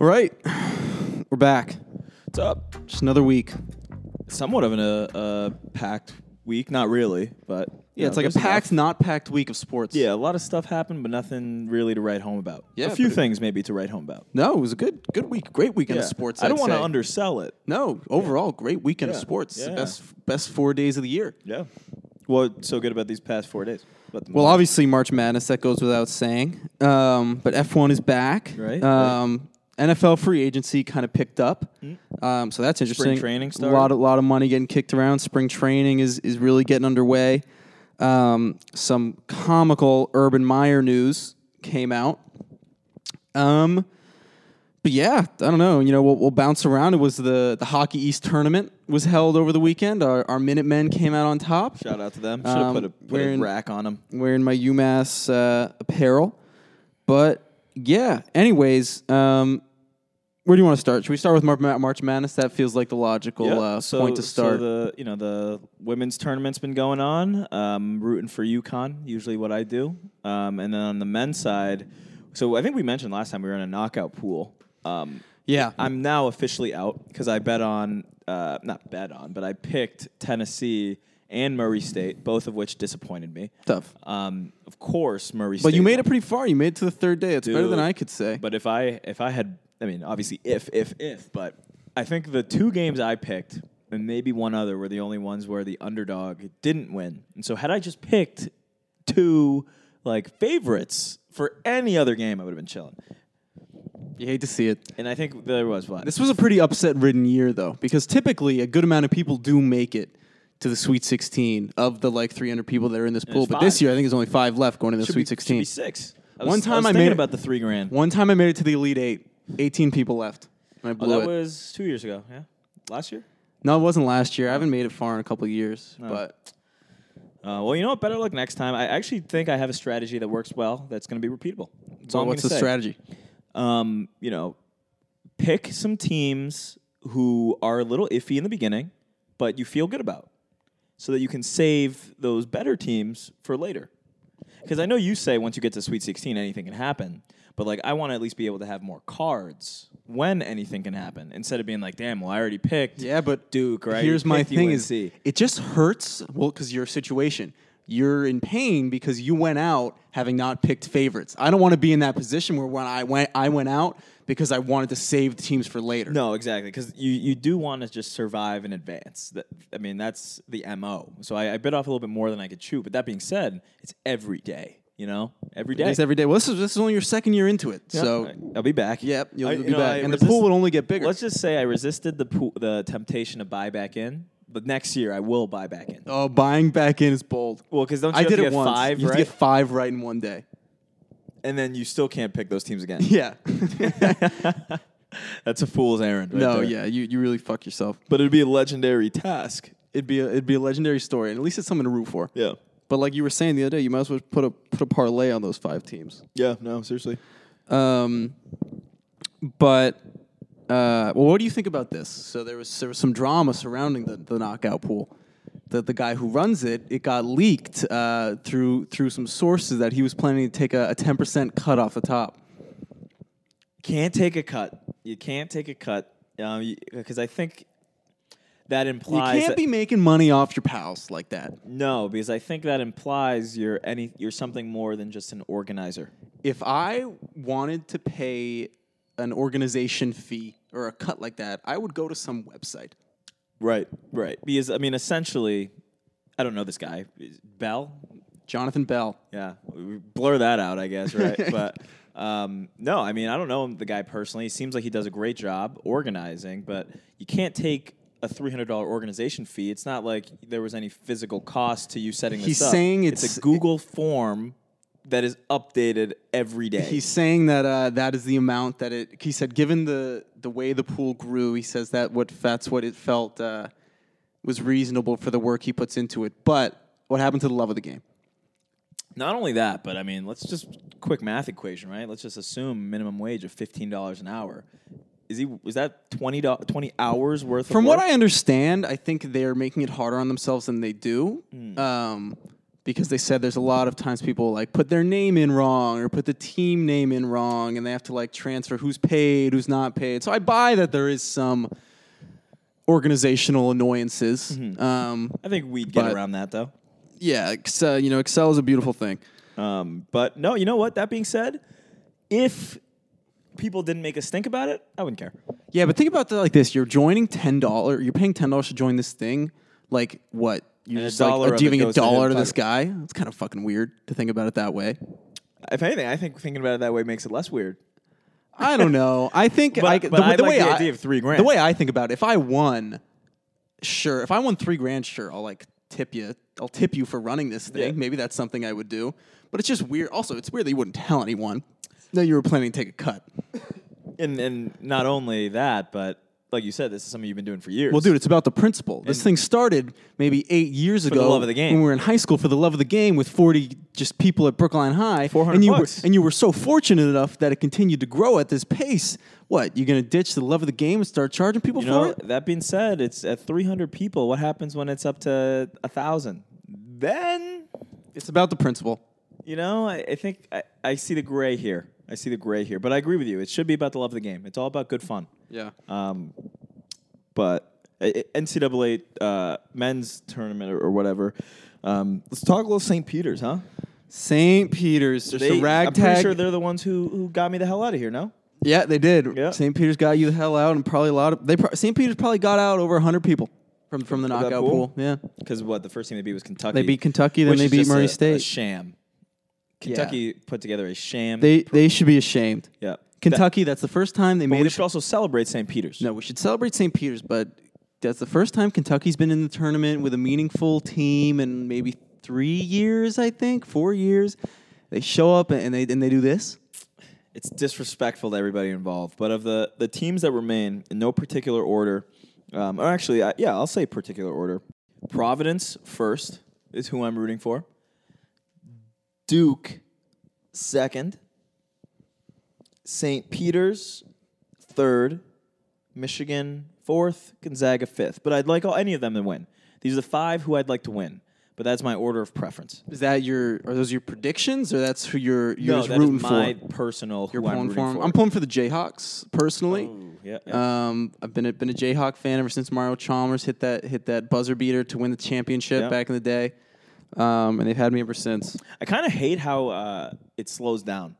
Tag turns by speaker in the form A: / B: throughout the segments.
A: All right, we're back.
B: What's up?
A: Just another week.
B: Somewhat of an uh, uh, packed week. Not really, but
A: Yeah, it's like a packed, not packed week of sports.
B: Yeah, a lot of stuff happened, but nothing really to write home about.
A: Yeah,
B: a few
A: but it-
B: things maybe to write home about.
A: No, it was a good, good week. Great weekend
B: Yeah.
A: of sports.
B: I don't
A: want
B: want to undersell it.
A: No, overall, great weekend of
B: Yeah.
A: sports. It's The
B: Yeah.
A: best, best four days of the year.
B: Yeah. What's so good about these past four days? About the
A: Well,
B: Marlins.
A: obviously March Madness that goes without saying. Um, but F1 is back.
B: Right,
A: Um, NFL free agency kind of picked up. Um, so that's interesting.
B: Hmm. training
A: A
B: started.
A: lot, a lot of money getting kicked around. Spring training is is really getting underway. Um, some comical Urban Meyer news came out. Um, but yeah, I don't know. You know, we'll, we'll bounce around. It was the the Hockey East tournament was held over the weekend. Our, our Minutemen came out on top
B: shout out to them. Should have
A: um,
B: put a, put
A: we're
B: a
A: in-
B: rack on them.
A: wearing my UMass uh, apparel. But yeah, anyways, um, where do you want to start? Should we start with Mar- Ma- March Madness? That feels like the logical uh, point to start.
B: So the you know the women's tournament's been going on. Um, rooting for UConn, usually what I do. Um, and then on the men's side, so I think we mentioned last time we were in a knockout pool. Um,
A: yeah,
B: I'm now officially out because I bet on, uh, not bet on, but I picked Tennessee and Murray State, both of which disappointed me.
A: tough.
B: Um, of course, Murray State.
A: But you made
B: won.
A: it pretty far. You made it to the third day. It's better than
B: Dude.
A: I could say.
B: But if I if I had, I mean, obviously, if if if, but I think the two games I picked and maybe one other were the only ones where the underdog didn't win. And so had I just picked two like favorites for any other game, I would have been chilling.
A: you hate to see it.
B: And I think there was what
A: This was a pretty upset-ridden year, though, because typically a good amount of people do make it to the Sweet 16 of the like 300 people that are in this pool.
B: there's
A: But this
B: five.
A: year, I think there's only five left going to the
B: should be,
A: Sweet
B: should
A: 16.
B: be six. I was,
A: One
B: I
A: time
B: was
A: I
B: thinking
A: made it-
B: about the three grand.
A: One time I made it to the Elite Eight. 18 people left. And I
B: Oh,
A: blew
B: that
A: it.
B: was two years ago. Yeah, last year.
A: No, it wasn't last year. I haven't made it far in a couple of years, but
B: Uh, well, you know what? Better luck next time. I actually think I have a strategy that works well. That's going to be repeatable. That's
A: so
B: all I'm
A: what's the
B: gonna say.
A: strategy?
B: Um, you know, pick some teams who are a little iffy in the beginning, but you feel good about, so that you can save those better teams for later. Because I know you say once you get to Sweet 16, anything can happen. But like, I want to at least be able to have more cards when anything can happen, instead of being like, "Damn, well, I already picked."
A: Yeah, but
B: Duke, right?
A: Here's my
B: Picked
A: thing: is
B: UNC.
A: it just hurts? Well, because your situation, you're in pain because you went out having not picked favorites. I don't want to be in that position where when I went, I went out because I wanted to save the teams for later.
B: No, exactly, because you, you do want to just survive and advance. That, I mean, that's the mo. So I, I bit off a little bit more than I could chew. But that being said, it's every day. You know, every day.
A: It's every day. Well, this is this is only your second year into it,
B: Yeah,
A: so
B: I- I'll be back.
A: Yep, you'll
B: I-
A: be
B: you know,
A: back.
B: I
A: And the
B: resist-
A: pool will only get bigger.
B: Let's just say I resisted the pool, the temptation to buy back in. But next year I will buy back in.
A: oh, buying back in is bold.
B: Well, because don't you
A: I
B: have
A: did
B: to
A: it
B: get
A: once.
B: five,
A: you have to
B: right?
A: get five right in one day.
B: and then you still can't pick those teams again.
A: Yeah.
B: That's a fool's errand. Right
A: no,
B: there.
A: yeah, you, you really fuck yourself.
B: But it'd be a legendary task.
A: It'd be a, it'd be a legendary story, and at least it's something to root for.
B: Yeah.
A: But like you were saying the other day, you might as well put a put a parlay on those five teams.
B: Yeah. No. Seriously.
A: Um, but uh, well, what do you think about this? So there was there was some drama surrounding the, the knockout pool. The the guy who runs it, it got leaked uh, through through some sources that he was planning to take a ten percent cut off the top.
B: can't take a cut. You can't take a cut because I think that
A: You
B: implies
A: can't
B: that-
A: be making money off your pals like that.
B: no, because I think that implies you're any you're something more than just an organizer.
A: if I wanted to pay an organization fee or a cut like that, I would go to some website.
B: Right, right. Because I mean, essentially, I don't know this guy Is- Bell.
A: Jonathan Bell.
B: Yeah, we blur that out, I guess. Right, but um, no, I mean, I don't know the guy personally. He seems like he does a great job organizing, but you can't take a three hundred dollar organization fee. It's not like there was any physical cost to you setting this
A: He's
B: up.
A: saying it's-
B: a Google form that is updated every day.
A: He's saying that uh, that is the amount that it. He said, given the the way the pool grew, he says that what that's what it felt uh, was reasonable for the work he puts into it. But what happened to the love of the game?
B: Not only that, but I mean, let's just quick math equation, right? Let's just assume minimum wage of fifteen dollars an hour. Is he? Is that twenty dollars? Twenty hours worth?
A: From
B: of
A: what
B: work? Hmm.
A: I understand, I think they're making it harder on themselves than they do. Um, because they said there's a lot of times people like put their name in wrong or put the team name in wrong and they have to like transfer who's paid, who's not paid. So I buy that there is some organizational annoyances.
B: Mm-hmm.
A: Um,
B: I think we'd get
A: But-
B: around that though.
A: yeah, Excel, you know, Excel is a beautiful thing.
B: Um, but no, you know what? That being said, if people didn't make us think about it, I wouldn't care.
A: Yeah, but think about that like this: you're joining ten dollar, you're paying ten dollars to join this thing. Like what? You're
B: And a
A: just like
B: dollar
A: uh,
B: of it
A: giving a
B: goes to him
A: dollar to
B: pocket.
A: this guy. It's kind of fucking weird to think about it that way.
B: If anything, I think thinking about it that way makes it less weird.
A: I don't know. I think
B: But-
A: I,
B: but I like the idea of three grand.
A: The way I think about it, if I won, sure. If I won three grand, sure, I'll like tip you. I'll tip you for running this thing.
B: Yeah.
A: Maybe that's something I would do. But it's just weird. Also, it's weird that you wouldn't tell anyone that you were planning to take a cut.
B: And and not only that, but like you said, this is something you've been doing for years.
A: Well, dude, it's about the principle. This thing started maybe eight years
B: the
A: ago.
B: love of the game.
A: When we were in high school for the love of the game with 40 just people at Brookline High.
B: 400
A: and you
B: bucks.
A: Were, and you were so fortunate enough that it continued to grow at this pace. What, you going to ditch the love of the game and start charging people
B: You
A: for
B: know,
A: it?
B: that being said, it's at 300 people. What happens when it's up to a thousand? Then,
A: It's about the principle.
B: you know, I, I think I, I see the gray here. I see the gray here, but I agree with you. It should be about the love of the game. It's all about good fun.
A: Yeah.
B: Um, but uh, NCAA uh, men's tournament or, or whatever. Um, let's talk a little St. Peter's, huh?
A: St. Peter's, just a
B: I'm pretty
A: ragtag.
B: sure they're the ones who, who got me the hell out of here, no?
A: yeah, they did.
B: Yeah.
A: St. Peter's got you the hell out, and probably a lot of they. Pro- St. Peter's probably got out over 100 people from from the
B: that
A: knockout
B: pool?
A: pool. Yeah,
B: Because what the first team they beat was Kentucky.
A: They beat Kentucky, then
B: which
A: they
B: is
A: beat
B: just
A: Murray
B: a- A
A: State.
B: sham. Kentucky put together a sham.
A: they they should be ashamed.
B: yeah.
A: Kentucky, that's the first time they
B: That-
A: made
B: we
A: it.
B: should also celebrate St. Peter's.
A: No, we should celebrate St. Peter's, but that's the first time Kentucky's been in the tournament with a meaningful team in maybe three years, I think, four years. They show up and they and they do this.
B: it's disrespectful to everybody involved. But of the the teams that remain in no particular order, um, or actually, I, yeah, I'll say particular order. Providence first is who I'm rooting for. Duke second. St. Peter's third. Michigan fourth. Gonzaga fifth. But I'd like all, any of them to win. These are the five who I'd like to win. But that's my order of preference.
A: Is that your are those your predictions or that's who you're you're
B: no,
A: just
B: that is
A: rooting
B: my
A: for?
B: personal
A: You're
B: who I'm
A: pulling
B: rooting
A: for 'em.
B: for.
A: I'm pulling for the Jayhawks personally.
B: Ooh, yeah, Oh, yeah.
A: Um, I've been a, been a Jayhawk fan ever since Mario Chalmers hit that hit that buzzer beater to win the championship
B: Yeah.
A: back in the day, um, and they've had me ever since.
B: I kind of hate how uh, it slows down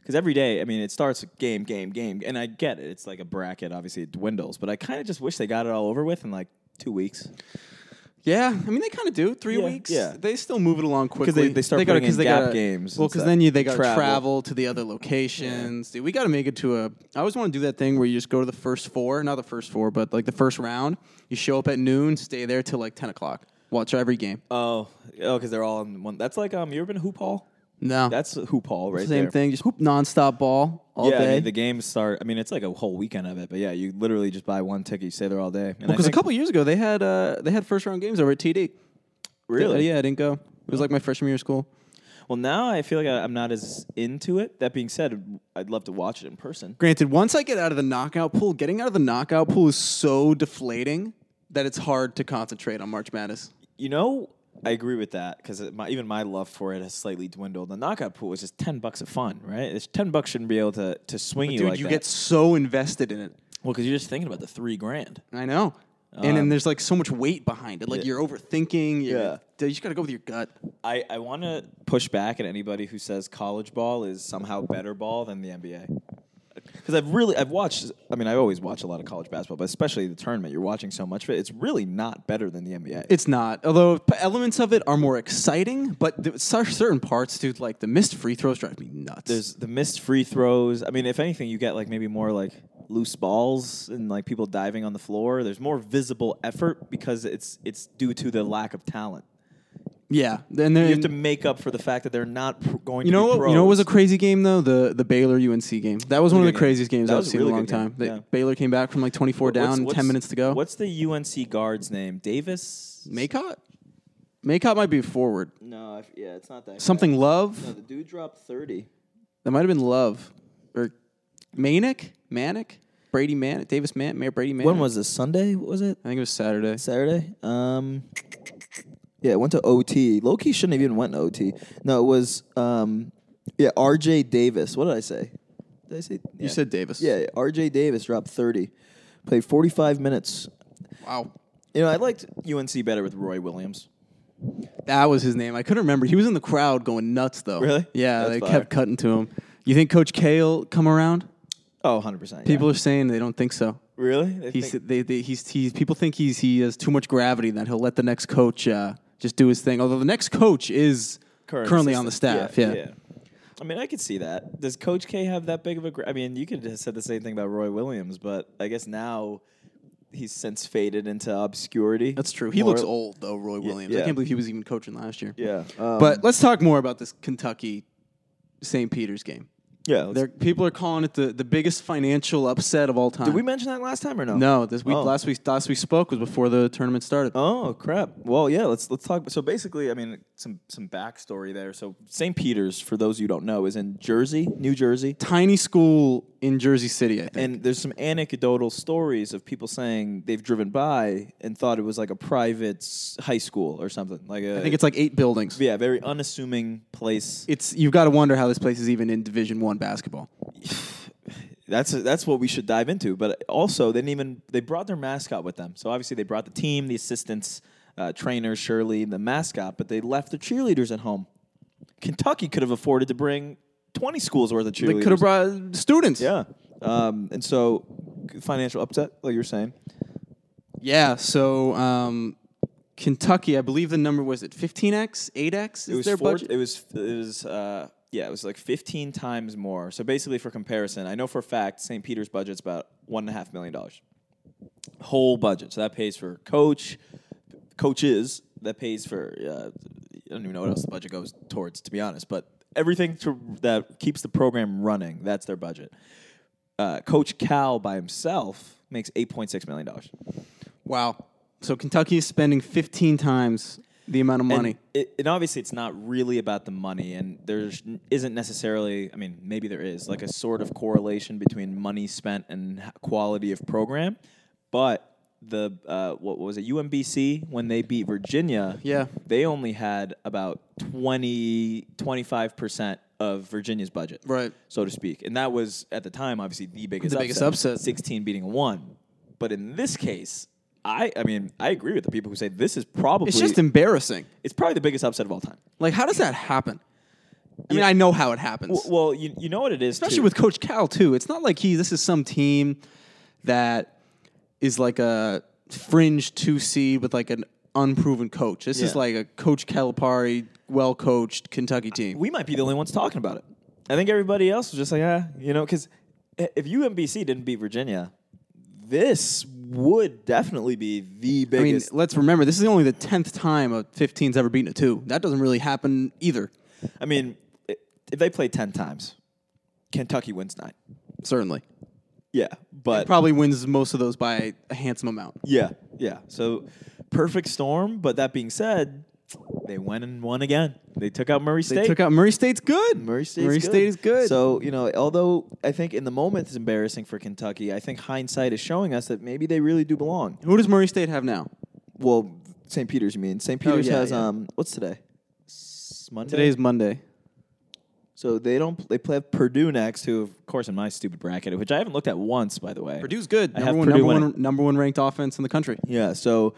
B: because every day, I mean, it starts game, game, game, and I get it. It's like a bracket. Obviously, it dwindles, but I kind of just wish they got it all over with in like two weeks.
A: Yeah, I mean they kind of do three
B: Yeah,
A: weeks.
B: yeah.
A: they still move it along quickly
B: they- they start
A: gotta-
B: putting in
A: 'cause they
B: gap
A: gotta-
B: games
A: Well,
B: and
A: because
B: stuff.
A: then you they got to
B: Travel.
A: travel. to the other locations. Dude, we got to make it to a. I always want to do that thing where you just go to the first four, not the first four, but like the first round. You show up at noon, stay there till like ten o'clock. Watch every game.
B: Oh, oh, because they're all in one. That's like um, you ever been to hoop hall?
A: No,
B: That's hoop hall right
A: same
B: there.
A: thing. Just hoop nonstop ball all
B: yeah, I
A: day.
B: mean, the games start. I mean, it's like a whole weekend of it, but yeah, you literally just buy one ticket, you stay there all day. And I
A: Because a
B: think-
A: couple years ago they had uh, they had first round games over at TD.
B: really,
A: Yeah, I didn't go. It was like my freshman year of school.
B: Well, now I feel like I, I'm not as into it. That being said, I'd love to watch it in person.
A: Granted, once I get out of the knockout pool, getting out of the knockout pool is so deflating that it's hard to concentrate on March Madness.
B: You know, I agree with that because my, even my love for it has slightly dwindled. The knockout pool is just ten bucks of fun, right? It's ten bucks shouldn't be able to to swing you
A: Dude,
B: like
A: you
B: that.
A: get so invested in it.
B: well because you're just thinking about the three grand.
A: I know. and then there's like so much weight behind it. Like you're overthinking. You're,
B: Um, Yeah.
A: Dude, you just got to go with your gut.
B: I, I want to push back at anybody who says college ball is somehow better ball than the NBA. Because I've really I've watched. I mean, I always watch a lot of college basketball, but especially the tournament. You're watching so much of it. It's really not better than the NBA.
A: It's not. Although p- elements of it are more exciting, but th- cer- certain parts, dude, like the missed free throws drive me nuts.
B: There's the missed free throws. I mean, if anything, you get like maybe more like loose balls and like people diving on the floor. There's more visible effort because it's it's due to the lack of talent.
A: yeah. And then
B: You have to make up for the fact that they're not pr- going.
A: You
B: to
A: know
B: be
A: what?
B: Pros.
A: You know what was a crazy game though? The the Baylor UNC game. That was one of the
B: a good game.
A: craziest games
B: That
A: I've
B: was a
A: seen in
B: really
A: a long
B: good game,
A: time. They-
B: yeah.
A: Baylor came back from like 24
B: What's-
A: down
B: what's-
A: 10 minutes to go.
B: What's the UNC guard's name? Davis.
A: Maycott? Maycott might be forward.
B: No, I f- yeah, it's not that. guy.
A: Something
B: No,
A: Love.
B: the dude dropped thirty.
A: That might have been Love or Manic, Manic, Brady Manic, Davis Man, Mayor Brady Manic.
B: this? Sunday was it?
A: I think it was Saturday.
B: Saturday. Um,
C: Yeah, it went to OT. Loki shouldn't have even went to OT. No, it was um, yeah, RJ Davis. What did I say? Did I say
A: You said Davis.
C: Yeah, RJ Davis dropped 30. Played 45 minutes.
A: Wow.
B: You know, I liked UNC better with Roy Williams.
A: That was his name. I couldn't remember. He was in the crowd going nuts though.
B: Really?
A: Yeah,
B: That's
A: they
B: fire.
A: kept cutting to him. You think Coach K'll come around?
B: Oh, 100%.
A: People are saying they don't think so.
B: really? They
A: He's,
B: think-
A: they, they, he's, he's, people think he's, he has too much gravity and that he'll let the next coach uh, just do his thing. Although the next coach is
B: Current
A: currently on the
B: assistant.
A: staff. Yeah.
B: I mean, I could see that. Does Coach K have that big of a? Gra- I mean, you could have said the same thing about Roy Williams, but I guess now he's since faded into obscurity.
A: That's true. He
B: More-
A: looks old, though, Roy Williams. I
B: yeah.
A: can't believe he was even coaching last year.
B: Yeah, um,
A: But let's talk more about this Kentucky St. Peter's game.
B: yeah. let's-
A: They're, people are calling it the, the biggest financial upset of all time.
B: Did we mention that last time or no?
A: no, this week,
B: Oh.
A: last week, last we spoke was before the tournament started.
B: Oh crap! Well, yeah. Let's let's talk. So basically, I mean, some some backstory there. So St. Peter's, for those you don't know, is in Jersey, New Jersey.
A: Tiny school in Jersey City, I think.
B: And there's some anecdotal stories of people saying they've driven by and thought it was like a private s- high school or something. Like a,
A: I think it's like eight buildings.
B: yeah, very unassuming place.
A: It's you've got to wonder how this place is even in Division One basketball.
B: That's that's what we should dive into. But also, they didn't even they brought their mascot with them. So obviously, they brought the team, the assistants, uh, trainer Shirley, the mascot. But they left the cheerleaders at home. Kentucky could have afforded to bring 20 schools worth of cheerleaders.
A: They could have brought students.
B: yeah. Um, and so, financial upset, like you were saying.
A: Yeah, so um, Kentucky, I believe the number was it 15x, 8x is
B: it was
A: their
B: four,
A: budget.
B: It was it was uh, yeah, it was like fifteen times more. So basically, for comparison, I know for a fact St. Peter's budget's about one and a half million dollars, whole budget. So that pays for coach, coaches. That pays for uh, I don't even know what else the budget goes towards, to be honest. But everything to, that keeps the program running, that's their budget. Uh, coach Cal by himself makes eight point six million dollars.
A: Wow. So Kentucky is spending 15 times the amount of
B: And
A: money.
B: it- and obviously, it's not really about the money, and there isn't necessarily. I mean, maybe there is like a sort of correlation between money spent and h- quality of program, but the uh, what was it UMBC when they beat Virginia?
A: Yeah.
B: they only had about 20 25 percent of Virginia's budget,
A: Right.
B: so to speak, and that was at the time obviously the biggest
A: The biggest upset.
B: sixteen beating one. But in this case, I I mean I agree with the people who say this is probably
A: It's just embarrassing.
B: it's probably the biggest upset of all time.
A: Like, how does that happen? I mean,
B: Yeah.
A: I know how it happens.
B: Well, well you, you know what it is,
A: especially
B: too.
A: with Coach Cal too. It's not like he this is some team that is like a fringe two seed with like an unproven coach. This is
B: Yeah.
A: like a Coach Calipari, well coached Kentucky team.
B: we might be the only ones talking about it. I think everybody else was just like, ah, you know, because if UMBC didn't beat Virginia, this would definitely be the
A: I mean,
B: biggest.
A: let's remember this is only the tenth time a 15's ever beaten a two. That doesn't really happen either.
B: I mean, i- if they play ten times, Kentucky wins nine.
A: Certainly,
B: Yeah, but
A: probably wins most of those by a handsome amount.
B: yeah, yeah. So perfect storm. But that being said, they went and won again. They took out Murray State.
A: They took out Murray State's good.
B: Murray, State's
A: Murray State is good.
B: So you know, although I think in the moment it's embarrassing for Kentucky, I think hindsight is showing us that maybe they really do belong.
A: who does Murray State have now?
B: Well, St. Peter's, you mean? St. Peter's
A: Oh, yeah,
B: has
A: yeah.
B: um, what's today? S- Monday.
A: Today's Monday.
B: so they don't they play Purdue next, who of course in my stupid bracket, which I haven't looked at once by the way.
A: Purdue's good.
B: I
A: Number
B: have
A: one,
B: Purdue
A: number
B: winning.
A: one, number one ranked offense in the country.
B: Yeah, so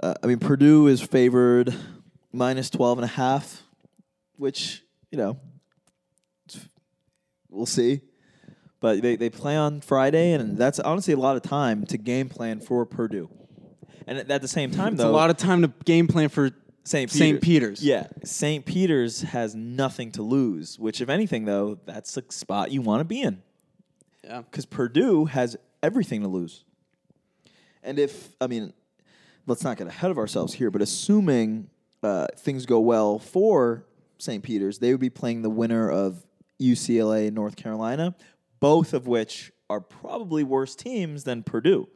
B: uh,
C: I mean, Purdue is favored minus 12 and a half, which, you know, it's- we'll see.
B: but they, they play on Friday, and that's honestly a lot of time to game plan for Purdue. And at at the same time,
A: It's a
B: though,
A: lot of time to game plan for
B: St.
A: St. Peter's.
B: Yeah, St. Peter's has nothing to lose, which, if anything, though, that's the spot you want to be in
A: Yeah.
B: because Purdue has everything to lose.
C: And if, I mean, let's not get ahead of ourselves here, but assuming uh, things go well for St. Peter's, they would be playing the winner of UCLA and North Carolina.
B: both of which are probably worse teams than Purdue.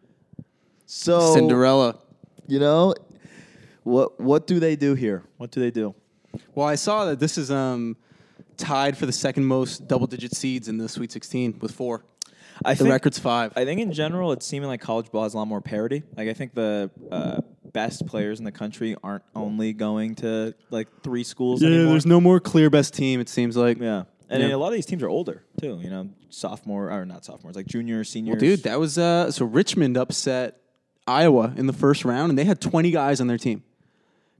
C: So,
A: Cinderella.
C: you know, what, what do they do here?
B: What do they do?
A: Well, I saw that this is um, tied for the second most double digit seeds in the Sweet 16 with four.
B: I
A: The record's five.
B: I think in general, it's seeming like college ball has a lot more parity. Like I think the uh, best players in the country aren't only going to like three schools
A: Yeah,
B: anymore.
A: there's no more clear best team. It seems like.
B: yeah. And
A: Yeah.
B: a lot of these teams are older too, you know, sophomore or not sophomores, like junior, seniors.
A: Well, dude, that was uh, so Richmond upset Iowa in the first round, and they had 20 guys on their team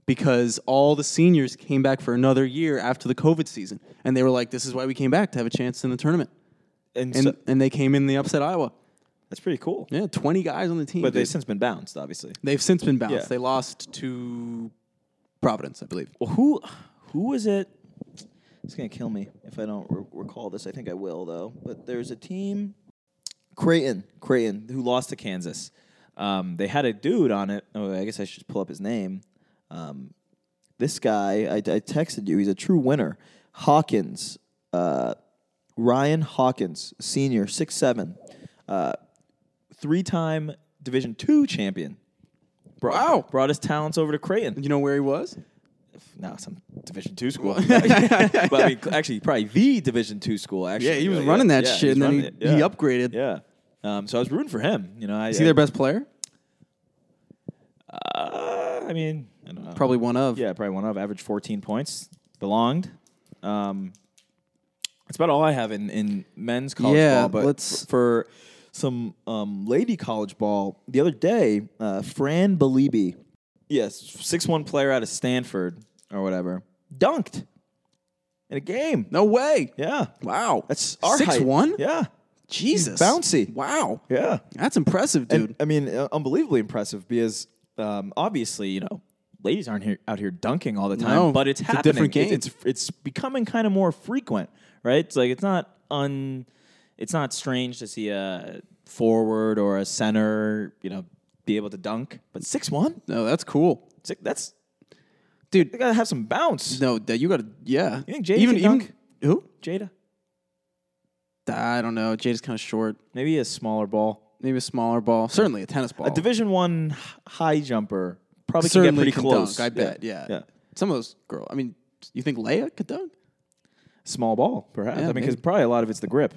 A: because all the seniors came back for another year after the COVID season, and they were like, "This is why we came back to have a chance in the tournament,"
B: and,
A: and
B: so-
A: and they came in the upset Iowa.
B: that's pretty cool.
A: Yeah, 20 guys on the team,
B: But
A: dude.
B: they've since been bounced, obviously.
A: They've since been bounced.
B: Yeah.
A: They lost to Providence, I believe.
B: Well, who?
C: Who was it? It's gonna kill me if I don't re- recall this. I think I will though. But there's a team, Creighton, Creighton,
B: who lost to Kansas. Um, they had a dude on it.
C: Oh, I guess I should pull up his name. Um, this guy, I, I texted you. He's a true winner. Hawkins, uh, Ryan Hawkins, senior, six seven, uh,
B: three-time Division Two champion. Brought,
A: Wow.
B: Brought his talents over to Creighton.
A: You know where he was?
B: No, some Division Two school. but I mean, actually, probably the Division Two school. Actually,
A: Yeah, he was running that
B: yeah,
A: shit, and
B: was
A: then he,
B: running it,
A: he
B: yeah.
A: upgraded.
B: Yeah. Um, so I was rooting for him. You know, I,
A: Is he
B: I,
A: their best player?
B: Uh, I mean, I don't know.
A: Probably one of.
B: Yeah, probably one of average 14 points. Belonged. Um, that's about all I have in, in men's college
A: Yeah,
B: ball. But
A: let's-
B: f- for
C: some um, lady college ball. The other day, uh, Fran Beliebe,
B: yes, six one player out of Stanford or whatever dunked in a game.
A: No way.
B: Yeah,
A: Wow.
C: That's our height.
A: six one.
B: yeah,
A: Jesus.
C: bouncy.
A: Wow.
B: yeah.
A: That's impressive, dude.
B: And, I mean, uh, unbelievably impressive because um, obviously you know ladies aren't here, out here dunking all the time,
A: No,
B: but it's
A: it's a
B: happening.
A: different
B: It-
A: game.
B: It's it's becoming kind of more frequent, right? It's like it's not un, it's not strange to see a forward or a center, you know, be able to dunk. But six one,
A: no, that's cool.
B: that's they
A: Dude,
B: gotta have some bounce.
A: no, that you gotta yeah.
B: You think Jada can dunk?
A: who?
B: Jada,
A: I don't know. Jada's kinda short.
B: maybe a smaller ball.
A: Maybe a smaller ball. Certainly a tennis ball.
B: A Division One high jumper probably
A: Certainly
B: can get pretty
A: can
B: close.
A: dunk, I bet, yeah.
B: yeah.
A: Some of those girls. I mean, you think Leia could dunk?
B: Small ball, perhaps.
A: Yeah,
B: I mean, because
A: maybe.
B: probably a lot of it's the grip.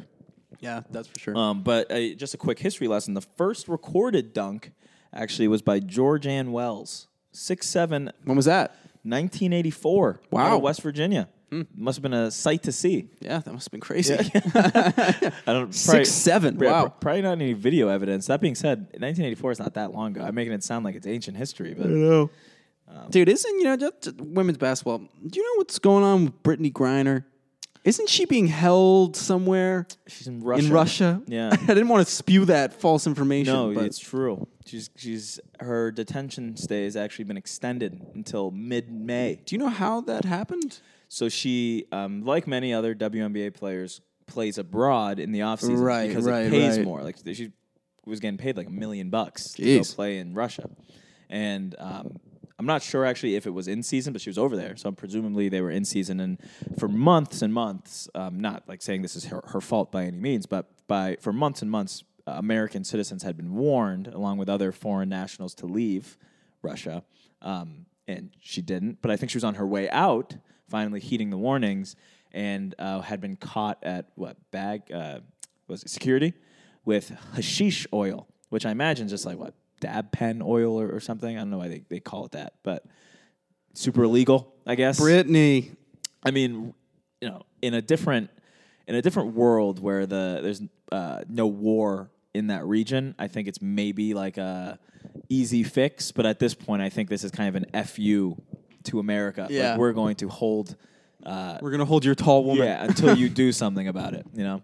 A: Yeah, that's for sure.
B: Um, but uh, just a quick history lesson: the first recorded dunk actually was by George Ann Wells, 6'7",
A: when was that?
B: 1984. out
A: Wow.
B: of West Virginia. Must have been a sight to see.
A: Yeah, that must have been crazy.
B: I don't probably-
A: Six seven.
B: yeah,
A: Wow.
B: pr- Probably not any video evidence. That being said, 1984 is not that long ago. I'm making it sound like it's ancient history, but
A: know. Um, Dude, isn't you know just just women's basketball? Do you know what's going on with Brittany Griner? Isn't she being held somewhere
B: she's in Russia.
A: in Russia?
B: Yeah.
A: I didn't want to spew that false information.
B: No,
A: but
B: it's true. She's she's her detention stay has actually been extended until mid May.
A: do you know how that happened?
B: So she, um, like many other WNBA players, plays abroad in the offseason
A: Right,
B: because
A: right,
B: it pays
A: right.
B: more. Like she was getting paid like a million bucks to go
A: Jeez.
B: play in Russia, and um, I'm not sure actually if it was in season, but she was over there, so presumably they were in season. And for months and months, um, not like saying this is her, her fault by any means, but by for months and months, uh, American citizens had been warned, along with other foreign nationals, to leave Russia, um, and she didn't. But I think she was on her way out, finally heeding the warnings, and uh, had been caught at what bag uh, was it security with hashish oil, which I imagine is just like what dab pen oil or, or something. I don't know why they, they call it that, but super illegal, I guess.
A: Brittany.
B: I mean, you know, in a different in a different world where the there's uh, no war in that region, I think it's maybe like a easy fix. But at this point, I think this is kind of an fu to America. Like,
A: Yeah.
B: we're going to hold. Uh,
A: We're gonna hold your tall woman.
B: yeah, until you do something about it, you know.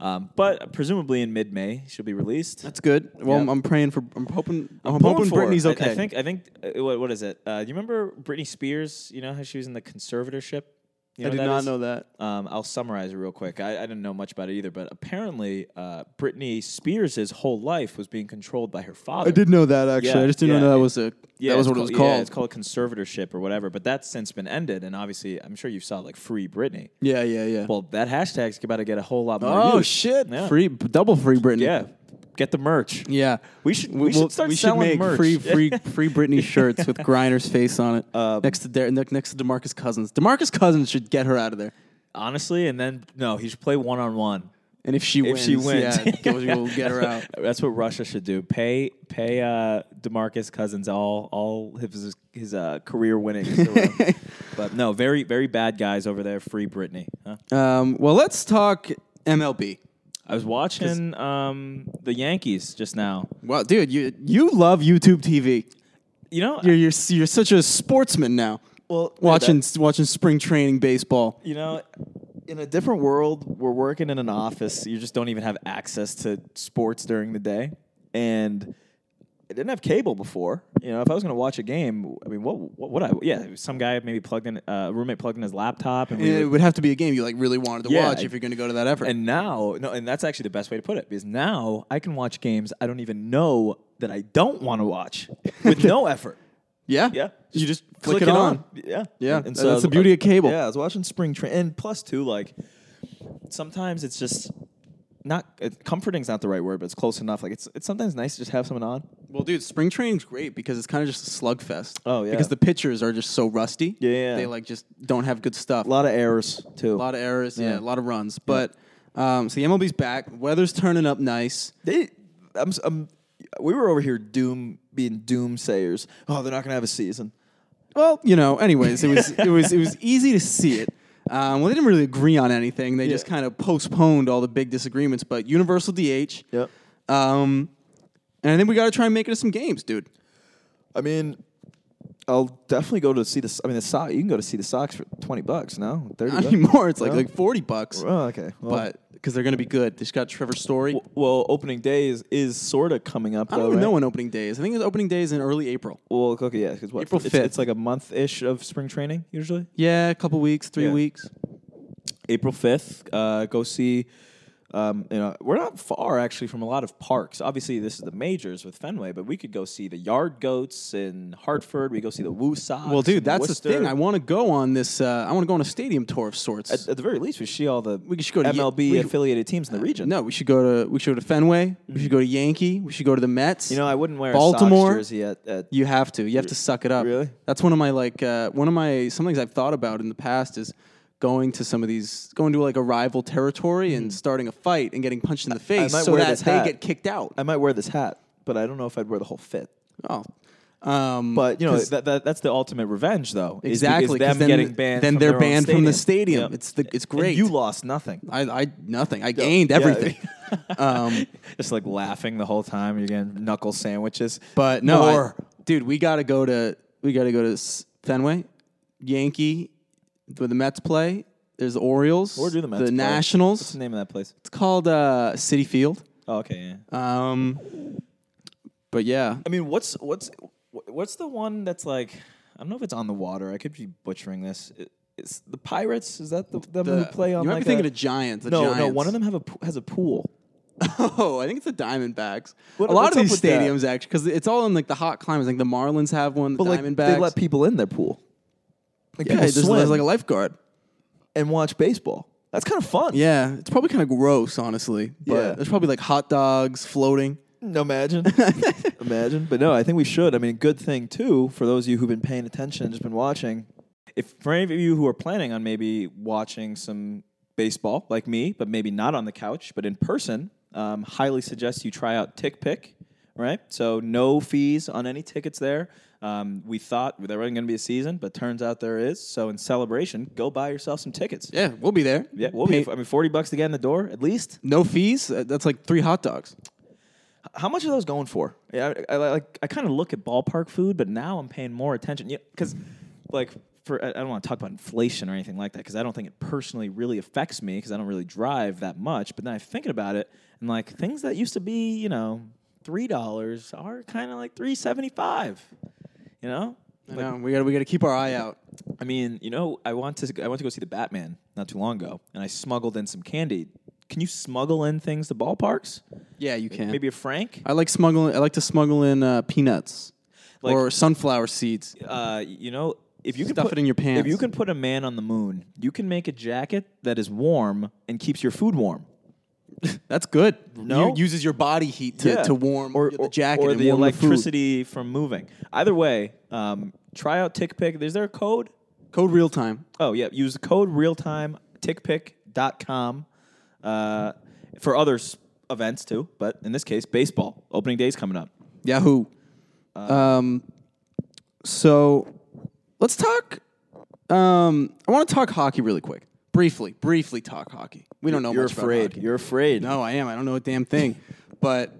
B: Um, but presumably in mid-May she'll be released.
A: That's good. Well,
B: Yeah.
A: I'm, I'm praying for. I'm hoping. I'm,
B: Pulling
A: hoping
B: for it.
A: Brittany's
B: I-
A: okay.
B: I, think. I think. Uh, what, what is it? Uh, do you remember Britney Spears? You know how she was in the conservatorship. You
A: I
B: what
A: did
B: that
A: not
B: is?
A: know that.
B: Um, I'll summarize it real quick. I, I didn't know much about it either, but apparently, uh, Britney Spears' whole life was being controlled by her father.
A: I did know that actually.
B: Yeah,
A: I just didn't
B: yeah,
A: know that
B: it-
A: was a.
B: Yeah,
A: that was
B: it's
A: what it was
B: called-
A: called.
B: Yeah, it's called conservatorship or whatever. But that's since been ended, and obviously, I'm sure you saw like "Free Britney."
A: yeah, yeah, yeah.
B: Well, that hashtag's about to get a whole lot more.
A: oh
B: use.
A: shit!
B: Yeah.
A: Free, double free Brittany.
B: Yeah, get the merch.
A: yeah.
B: We should- we
A: Well,
B: should start
A: we
B: selling
A: make
B: merch.
A: free, free, free Britney shirts with Griner's face on it,
B: Um,
A: next to Der- ne- next to Demarcus Cousins. Demarcus Cousins should get her out of there.
B: honestly. And then no, he should play one on one.
A: And if she
B: If
A: wins,
B: she wins.
A: yeah, go- we'll get her out.
B: That's what Russia should do. Pay pay uh, Demarcus Cousins all all his his uh, career winnings. or whatever. but no, very very bad guys over there. Free Britney. Huh?
A: Um, well, let's talk MLB.
B: I was watching um, the Yankees just now.
A: Well, dude, you you love YouTube TV.
B: You know,
A: You're you're you're such a sportsman now.
C: Well,
A: Watching watching spring training baseball.
B: you know,
C: in a different world,
B: we're working in an office. You just don't even have access to sports during the day, and I didn't have cable before. You know, if I was going to watch a game, I mean, what what would I? Yeah, it was some guy maybe plugged in a roommate plugged in his laptop, and we
A: It
B: would-
A: would have to be a game you like really wanted to
B: Yeah,
A: watch if you're going to go to that effort.
B: and now no, and that's actually the best way to put it because now I can watch games I don't even know that I don't want to watch with no effort.
A: yeah,
B: Yeah,
A: You just click, it, on.
B: Yeah, uh,
A: Yeah, that's the beauty of cable.
B: Yeah, I was watching spring train, and plus too, like sometimes it's just not it, comforting's not the right word, but it's close enough. Like it's it's sometimes nice to just have someone on.
A: Well, dude, spring training's great because it's kind of just a slugfest.
B: Oh, yeah.
A: Because the pitchers are just so rusty.
B: Yeah, yeah.
A: They like just don't have good stuff.
B: A lot of errors too.
A: a lot of errors. Yeah,
B: Yeah.
A: a lot of runs. But um, so the MLB's back. Weather's turning up nice.
C: they, I'm, s-
B: um,
C: I'm, we were over here doom being doomsayers. Oh, they're not gonna have a season.
A: Well, you know. Anyways, it was it was it was easy to see it. Um, well, they didn't really agree on anything. They just kind of postponed all the big disagreements. But Universal DH.
C: Yep.
A: Um, and I think we got to try and make it to some games, dude.
C: I mean, I'll definitely go to see this. I mean, the Sox. You can go to see the Sox for twenty bucks. No, thirty.
A: Not
C: bucks?
A: anymore. It's like
C: No?
A: like forty bucks.
C: Oh, okay. Well,
A: but because they're gonna be good. They just got Trevor Story.
B: well, opening day is, is sort of coming up.
A: I don't
B: though,
A: even
B: right?
A: know when opening day is. I think it's opening day is in early April.
B: Well, okay, yeah, because what?
A: April
B: it's,
A: 5th.
B: it's like a month ish of spring training usually.
A: Yeah, a couple weeks, three
B: Yeah.
A: weeks.
B: April 5th. Uh, go see. Um, you know, we're not far actually from a lot of parks. Obviously, this is the majors with Fenway, but we could go see the Yard Goats in Hartford. We go see the Woo Sox.
A: Well, dude,
B: in
A: that's
B: Worcester.
A: the thing. I want to go on this. Uh, I want to go on a stadium tour of sorts.
B: at, at the very least, we should see all the we
A: should go to Ye-
B: MLB
A: we-
B: affiliated teams in the region.
A: no, we should go to we should go to Fenway. We should go to Yankee. We should go to the Mets.
B: you know, I wouldn't wear
A: Baltimore?
B: a Sox jersey at, at
A: You have to. You have to suck it up.
B: really?
A: That's one of my like uh, one of my some things I've thought about in the past is going to some of these going to like a rival territory and starting a fight and getting punched in the face
B: Mm-hmm. might
A: so
B: wear
A: that
B: this
A: they
B: hat.
A: get kicked out.
B: I might wear this hat, but I don't know if I'd wear the whole fit.
A: Oh. Um,
B: But you know
A: 'cause-
B: that, that, that's the ultimate revenge, though. is- is
A: Exactly, 'cause
B: them
A: then-
B: getting banned.
A: then
B: from
A: they're
B: their own
A: banned from the stadium.
B: Yep.
A: It's the- it's
B: And
A: great.
B: you lost nothing.
A: I, I nothing. I gained
B: Yeah.
A: everything. um,
B: just like laughing the whole time. You're getting knuckle sandwiches.
A: but no, I-
B: Or-
A: dude, we gotta go to we gotta go to S- Fenway, Yankee, where the Mets play. There's the Orioles,
B: or do the Mets? play? What's
A: Nationals.
B: the name of that place?
A: It's called uh, City Field.
B: Oh, okay. Yeah.
A: Um, but yeah,
B: I mean, what's what's wh- what's the one that's like? I don't know if it's on the water. I could be butchering this. It- It's the Pirates. Is that the them who
A: the-
B: play on?
A: you might
B: like
A: be thinking
B: a,
A: of Giants. The
B: no,
A: Giants.
B: no. One of them have a p- has a pool.
A: Oh, I think it's the Diamondbacks.
B: What-
A: a lot of
B: what's
A: these
B: up with that?
A: stadiums actually, because it's all in like the hot climates. Like the Marlins have one, the
C: but like
A: Diamondbacks.
C: they let people in their pool. Like
A: yeah,
C: people
A: there's,
C: swim
A: there's like a lifeguard.
C: and watch baseball. That's kind of fun.
A: Yeah, it's probably kind of gross, honestly. But
C: Yeah.
A: there's probably like hot dogs floating.
C: No, imagine, imagine. But no, I think we should. I mean, good thing too for those of you who've been paying attention and just been watching.
B: If for any of you who are planning on maybe watching some baseball like me, but maybe not on the couch, but in person, um, highly suggest you try out Tick Pick. Right, so no fees on any tickets there. Um, we thought there wasn't going to be a season, but turns out there is. So in celebration, go buy yourself some tickets.
A: Yeah, we'll be there.
B: Yeah, we'll
A: Pay-
B: be. I mean, forty bucks to get in the door at least.
A: no fees. Uh, That's like three hot dogs.
B: How much are those going for? Yeah, I, I like. I kind of look at ballpark food, but now I'm paying more attention. Yeah, because like for I I don't want to talk about inflation or anything like that because I don't think it personally really affects me because I don't really drive that much. But then I'm thinking about it and like things that used to be you know three dollars are kind of like three seventy five. You know.
A: I
B: Like,
A: know. We got we got to keep our eye out.
B: I mean, you know, I want to I went to go see the Batman not too long ago, and I smuggled in some candy. Can you smuggle in things to ballparks?
A: Yeah, you can.
B: Maybe a Frank.
A: I like smuggling. I like to smuggle in uh, peanuts
B: Like-
A: or sunflower seeds.
B: Uh, you know, if you
A: Stuff
B: can put,
A: it in your pants.
B: If you can put a man on the moon, you can make a jacket that is warm and keeps your food warm.
A: That's good.
B: No?
A: You- uses your body heat to,
B: Yeah.
A: to warm
B: or,
A: the jacket
B: or
A: and
B: the
A: warm food.
B: electricity from moving. Either way, um, try out Tick Pick. Is there a code?
A: Code real time.
B: Oh yeah, use the code realtime tickpick.com. Uh, for other s- events too. But in this case, baseball opening day is coming up.
A: Yahoo. um, so let's talk. Um, I want to talk hockey really quick, briefly, briefly talk hockey. We don't know
C: You're
A: much about
C: afraid.
A: hockey.
C: You're afraid.
A: No, I am. I don't know a damn thing, but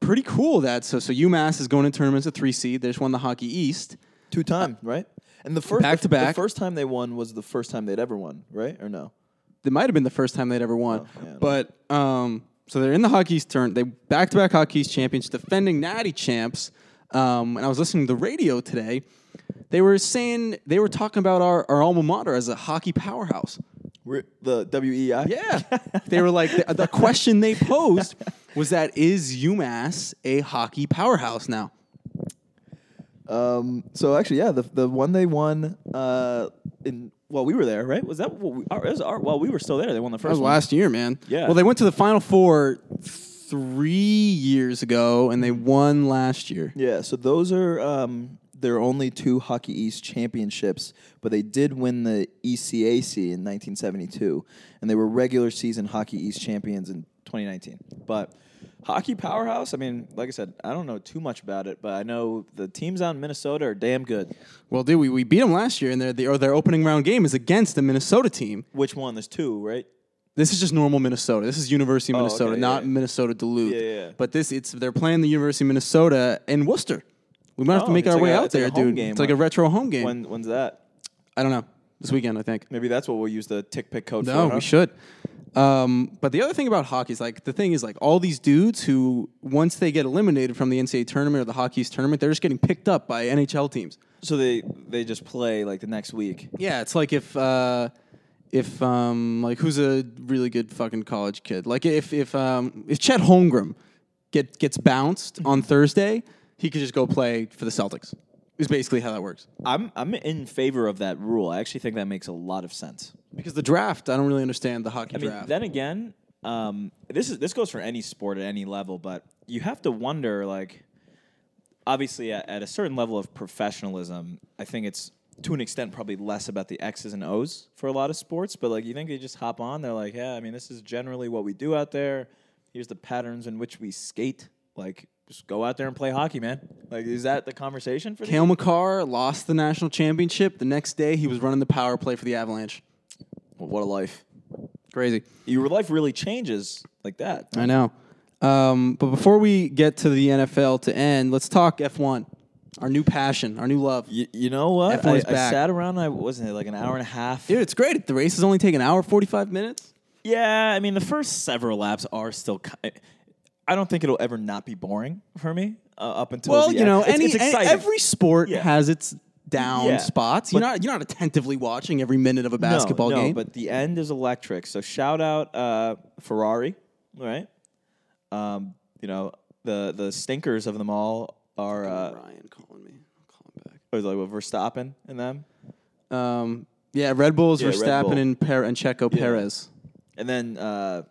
A: pretty cool that. So, so UMass is going to tournaments at three seed. They just won the Hockey East.
C: Two time, right? And the first
A: Back to
C: the f-
A: back.
C: The first time they won was the first time they'd ever won, right? Or no?
A: That might have been the first time they'd ever won,
C: Oh, yeah.
A: but um, so they're in the Hockey East turn. They back to back Hockey East champions, defending Natty champs. Um, and I was listening to the radio today. They were saying they were talking about our, our alma mater as a hockey powerhouse.
C: We're, the
B: E
C: WEI.
A: Yeah. they were like, the, the question they posed was that is UMass a hockey powerhouse now?
C: Um, so actually, yeah, the the one they won uh, in
B: Well, we were there, right? Was that what we, our, that was our, well? We were still there. They won the first
A: That was
B: one.
A: last year, man.
B: Yeah.
A: Well, they went to the Final Four three years ago and they won last year.
C: yeah. So those are um, their only two Hockey East championships, but they did win the
B: E
C: ECAC in 1972, and they were regular season Hockey East champions in 2019.
B: But hockey powerhouse. I mean, like I said, I don't know too much about it, but I know the teams out in Minnesota are damn good.
A: Well, dude, we, we beat them last year and their, their, their opening round game is against the Minnesota team.
B: Which one? There's two, right?
A: This is just normal Minnesota. This is University of
B: Oh,
A: Minnesota,
B: okay,
A: not
B: yeah.
A: Minnesota Duluth.
B: Yeah, yeah, yeah.
A: But this it's they're playing the University of Minnesota in Worcester. We might have to
B: Oh,
A: make
B: it's
A: our
B: like
A: way
B: a-
A: out
B: it's like
A: there,
B: a home
A: dude.
B: game,
A: It's like a
B: huh?
A: retro home game.
B: When when's that?
A: I don't know. This weekend, I think.
B: Maybe that's what we'll use the tick pick code for.
A: No,
B: huh?
A: we should. Um, but the other thing about hockey is like the thing is like all these dudes who once they get eliminated from the NCAA tournament or the hockey's tournament, they're just getting picked up by NHL teams.
B: So they they just play like the next week.
A: Yeah, it's like if uh, if um, like who's a really good fucking college kid? Like if if um, if Chet Holmgren get gets bounced on Thursday, he could just go play for the Celtics. Is basically how that works.
B: I'm I'm in favor of that rule. I actually think that makes a lot of sense.
A: Because the draft, I don't really understand the hockey
B: I mean,
A: draft.
B: then again, um, this is this goes for any sport at any level, but you have to wonder like, obviously, at, at a certain level of professionalism, I think it's to an extent probably less about the X's and O's for a lot of sports, but like you think they just hop on, they're like, yeah, I mean, this is generally what we do out there. Here's the patterns in which we skate. Like, just go out there and play hockey, man. Like, is that the conversation for? these
A: Kale McCarr lost the national championship. The next day, he was running the power play for the Avalanche.
C: What a life!
A: Crazy.
B: your life really changes like that.
A: I know. Um, but before we get to the NFL to end, let's talk F1, our new passion, our new love.
B: You, you know what?
A: F1
B: I,
A: is
B: I
A: back.
B: sat around. I wasn't it like an hour and a half.
A: Dude, it's great. The race has only taken an hour, 45 minutes.
B: Yeah, I mean the first several laps are still. ki I don't think it'll ever not be boring for me uh, up until.
A: Well,
B: the
A: you
B: end.
A: know,
B: It's-
A: any,
B: it's
A: any-
B: exciting.
A: every sport
B: Yeah.
A: has its down
B: Yeah,
A: spots. You're
B: but-
A: not you're not attentively watching every minute of a
B: No,
A: basketball
B: no,
A: game.
B: but the end is electric. So shout out uh, Ferrari, all right? Um, you know the the stinkers of them all are uh,
A: Ryan calling me. I'll call him
B: was like what, Verstappen and them,
A: back. Um, yeah, Red Bulls,
B: Yeah, Red
A: Verstappen,
B: Bull.
A: and, per- and Checo Perez.
B: and then. Uh,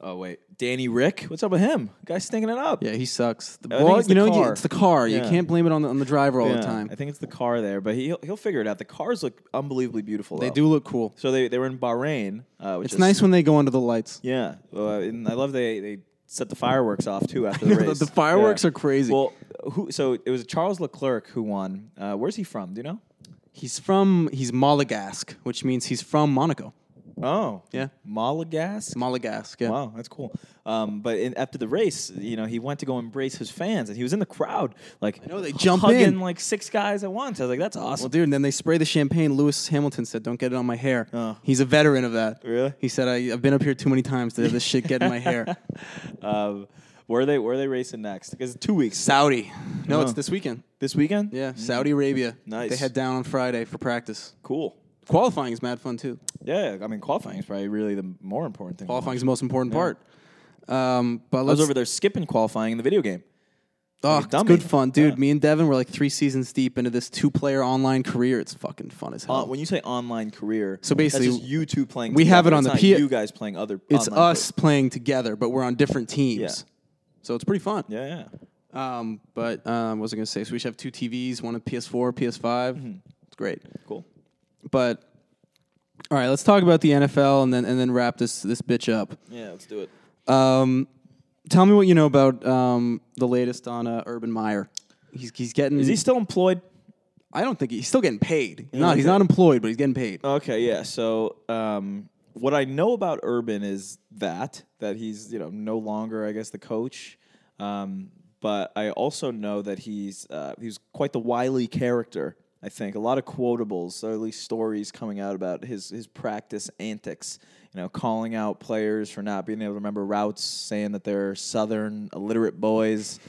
B: Oh wait, Danny Rick, what's up with him? Guy's stinking it up.
A: Yeah, he sucks. The,
B: I think
A: well,
B: it's
A: you
B: the
A: know, you-
B: car.
A: it's the car. You
B: Yeah.
A: can't blame it on the, on the driver all the
B: Yeah,
A: time.
B: I think it's the car there, but he'll he'll figure it out. The cars look unbelievably beautiful.
A: They
B: though.
A: do look cool.
B: So they, they were in Bahrain. Uh, which
A: It's
B: is,
A: nice when they go under the lights.
B: Yeah, uh, and I love they they set the fireworks off too after
A: know,
B: the
A: the-
B: race.
A: the fireworks are crazy.
B: Well, who? So it was Charles Leclerc who won. Uh, where's he from? Do you know?
A: He's from he's Monegasque, which means he's from Monaco.
B: Oh,
A: Yeah.
B: Malagas.
A: Monegasque, yeah.
B: Wow, that's cool. Um, but in, after the race, you know, he went to go embrace his fans, and he was in the crowd, like I
A: know, they jump
B: hugging
A: in.
B: like six guys at once. I was like, that's
A: Well,
B: awesome.
A: dude, and then they spray the champagne. Lewis Hamilton said, "Don't get it on my hair."
B: Oh.
A: He's a veteran of that.
B: Really?
A: He said, I, "I've been up here too many times to have this shit get in my hair."
B: um, where are they where are they racing next? Because two weeks
A: Saudi. No, it's
B: Oh.
A: this weekend.
B: this weekend.
A: Yeah, Saudi Arabia.
B: Nice.
A: They head down on Friday for practice.
B: Cool.
A: Qualifying is mad fun too.
B: Yeah, I mean qualifying is probably really the more important thing.
A: Qualifying is the most important part. Um, but
B: I was
A: let's,
B: over there skipping qualifying in the video game.
A: oh,
B: like a
A: it's
B: dummy.
A: good fun, dude.
B: Yeah.
A: Me and Devin were like three seasons deep into this two-player online career. It's fucking fun as hell.
B: Uh, when you say online career,
A: So basically,
B: that's just you two playing.
A: we have
B: together.
A: it on
B: It's
A: the
B: not
A: P-
B: You guys playing other.
A: it's
B: online
A: us playing together, but we're on different teams.
B: Yeah.
A: So it's pretty fun.
B: players. Yeah, yeah.
A: Um, but um, what was I going to say? So we should have
B: Mm-hmm.
A: two TVs, one a PS4, PS5. It's great.
B: Cool.
A: But All right, let's talk about the NFL and then and then wrap this this bitch up.
C: Yeah, let's do it.
A: Um, tell me what you know about um, the latest on uh, Urban Meyer. He's he's getting.
B: Is he Oh, still employed?
A: I don't think he- he's still getting paid. No, he's not employed, but he's getting paid.
B: Okay, yeah. So, um, what I know about Urban is that that he's you know no longer, I guess, the coach. Um, but I also know that he's uh, he's quite the wily character. I think a lot of quotables, or at least stories, coming out about his his practice antics. You know, calling out players for not being able to remember routes, saying that they're southern illiterate boys.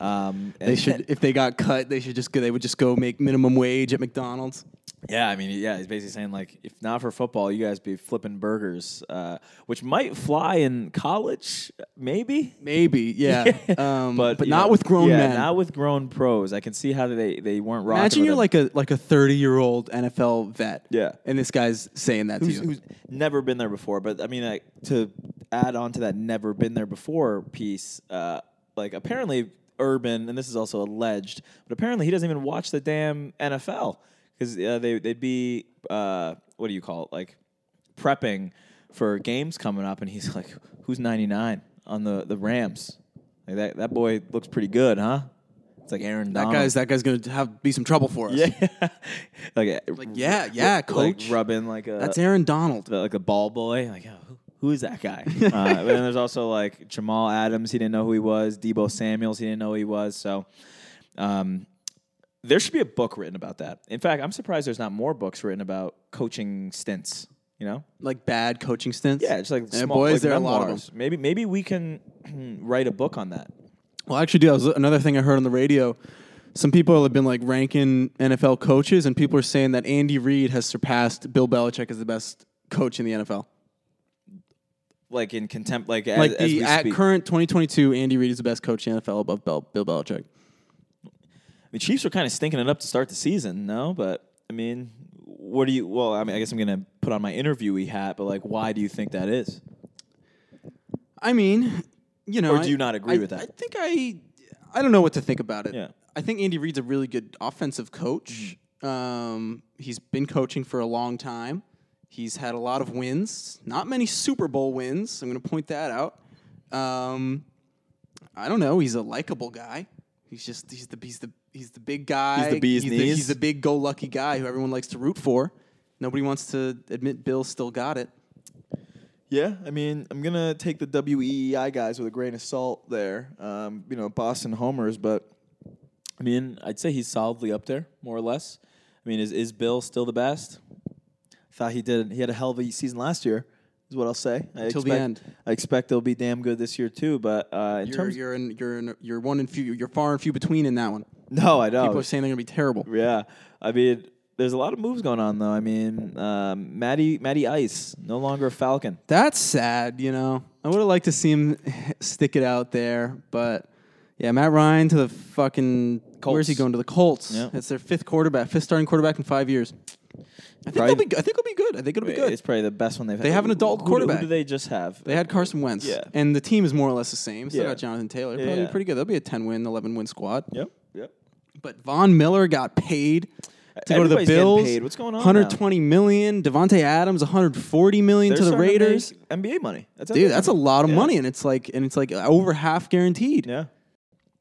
B: Um,
A: They
B: and-
A: should, if they got cut, they should just go, they would just go make minimum wage at McDonald's.
B: Yeah, I mean, yeah, he's basically saying like, if not for football, you guys be flipping burgers, uh, which might fly in college, maybe.
A: Maybe, yeah, um, but,
B: you
A: not
B: know,
A: with grown
B: yeah,
A: men.
B: Not with grown pros. I can see how they they weren't rocking.
A: Imagine
B: with
A: you're
B: him.
A: like a like a 30 year old NFL vet.
B: Yeah.
A: and this guy's saying that
B: who's,
A: to you.
B: who's never been there before. But I mean, like, to add on to that never been there before piece, uh, like apparently Urban, and this is also alleged, but apparently he doesn't even watch the damn NFL because uh, they they'd be uh, what do you call it like prepping for games coming up, and he's like, who's ninety nine on the the Rams? Like that that boy looks pretty good, huh? It's like Aaron.
A: that
B: Donald.
A: guy's that guy's gonna have be some trouble for us.
B: yeah, like,
A: Like, yeah, yeah, coach.
B: like uh, rubbing like a
A: That's Aaron Donald.
B: the- like a ball boy. Like, oh, who, who is that guy? uh, and then there's also like Jamal Adams. He didn't know who he was. Debo Samuels. He didn't know who he was. So, um, there should be a book written about that. In fact, I'm surprised there's not more books written about coaching stints. You know,
A: Like bad coaching stints.
B: yeah, just like
A: and
B: small,
A: boys,
B: like
A: there are a lot of them.
B: memoirs. Maybe maybe we can write a book on that.
A: Well, I actually, do. That was another thing I heard on the radio. Some people have been like ranking NFL coaches, and people are saying that Andy Reid has surpassed Bill Belichick as the best coach in the NFL.
B: Like in contempt, like, as,
A: Like
B: as
A: the
B: we
A: at
B: speak.
A: current 2022, Andy Reid is the best coach in the NFL above Bel- Bill Belichick.
B: The Chiefs were kind of stinking it up to start the season, no? But I mean, what do you? Well, I mean, I guess I'm gonna put on my interviewee hat, but like, why do you think that is?
A: I mean, you know,
B: Or do
A: I-
B: you not agree
A: I-
B: with that?
A: I think I, I don't know what to think about it.
B: Yeah. Mm-hmm.
A: I think Andy Reid's a really good offensive coach. Um, he's been coaching for a long time. He's had a lot of wins, not many Super Bowl wins. I'm going to point that out. Um, I don't know. He's a likable guy. He's just he's the he's the he's the big guy.
B: He's the bee's
A: he's
B: knees.
A: he's the big go lucky guy who everyone likes to root for. Nobody wants to admit Bill still got it.
C: Yeah, I mean, I'm gonna take the
B: E
C: WEEI guys with a grain of salt there. Um, you know, Boston homers, but
B: I mean, I'd say he's solidly up there, more or less. I mean, is is Bill still the best?
C: thought he did. He had a hell of a season last year. Is what I'll say. I
A: Till
C: expect,
A: the end.
C: I expect they'll be damn good this year too. But uh, in
A: You're
C: terms,
A: you're in, you're in, you're one and few. You're far and few between in that one.
C: no, I don't.
B: Oh.
A: People are saying they're gonna be terrible.
B: Yeah, I mean, there's a lot of moves going on though. I mean, um, Matty Matty Ice no longer a Falcon.
A: That's sad. You know, I would have liked to see him stick it out there, but yeah, Matt Ryan to the fucking where's he
B: Colts.
A: going to the Colts?
B: Yeah.
A: It's their fifth quarterback, fifth starting quarterback in five years. I think
B: Probably-
A: they'll be. I think it'll be good. I think it'll be good.
B: It's probably the best one they've.
A: They have an adult
B: Who- Who
A: quarterback.
B: do they just have?
A: They had Carson Wentz,
B: Yeah.
A: and the team is more or less the same. Still
B: Yeah.
A: got Jonathan Taylor.
B: Yeah,
A: Probably
B: yeah.
A: pretty good. They'll be a ten win, eleven win squad.
B: Yep. Yep.
A: But Von Miller got paid to go to the
B: Everybody's getting
A: Bills.
B: paid. What's going on now?
A: 120 million. Devonte Adams 140 million
B: They're
A: to the
B: starting make
A: Raiders.
B: NBA money. That's
A: Dude, that's a
B: everything.
A: lot of
B: Yeah.
A: money, and it's like and it's like over half guaranteed.
B: Yeah.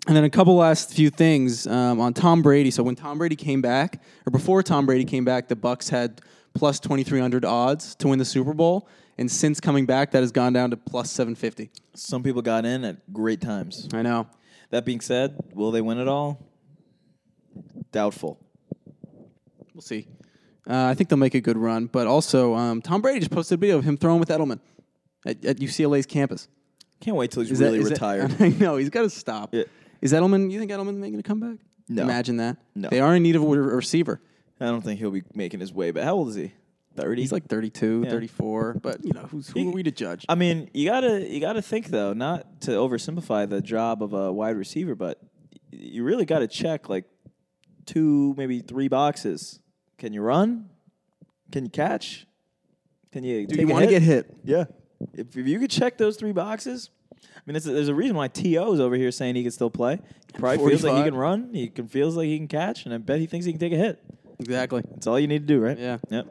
A: And then a couple last few things um, on Tom Brady. So when Tom Brady came back, or before Tom Brady came back, the Bucks had plus 2,300 odds to win the Super Bowl, and since coming back, that has gone down to plus 750.
B: Some people got in at great times.
A: I know.
B: That being said, will they win it all? Doubtful.
A: We'll see. Uh, I think they'll make a good run, but also um, Tom Brady just posted a video of him throwing with Edelman at, at UCLA's campus.
B: Can't wait till he's
A: Is that-
B: really
A: is that-
B: retired.
A: I know he's got to stop.
B: Yeah.
A: Is Edelman? You think Edelman's making a comeback?
B: No.
A: Imagine that.
B: No.
A: They are in need of a re- receiver.
B: I don't think he'll be making his way, but how old is he? 30?
A: He's like 32,
B: Yeah.
A: 34, but you know, who's, who
B: He-
A: are we to judge?
B: I mean, you gotta you gotta think though, not to oversimplify the job of a wide receiver, but y- you really gotta check like two, maybe three boxes. Can you run? Can you catch? Can you?
A: Do
B: take
A: you
B: a
A: want to
B: hit?
A: get hit?
B: Yeah. If, if you could check those three boxes, I mean, it's there's a reason why T.O.'s over here saying he can still play. Probably feels like he
A: 45.
B: can run. He can feels like he can catch, and I bet he thinks he can take a hit.
A: Exactly.
B: That's all you need to do, right?
A: Yeah.
B: Yep.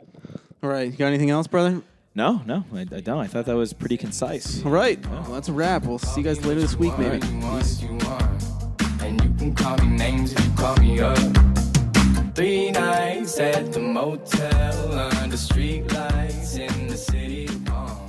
A: All All right. You got anything else, brother?
B: No, no, I, I don't. I thought that was pretty concise.
A: All right. Well, that's a wrap. We'll see you guys later this week, maybe.
D: What you want. And you can call me names if you call me up. Three nights at the motel under street lights in the city of palms.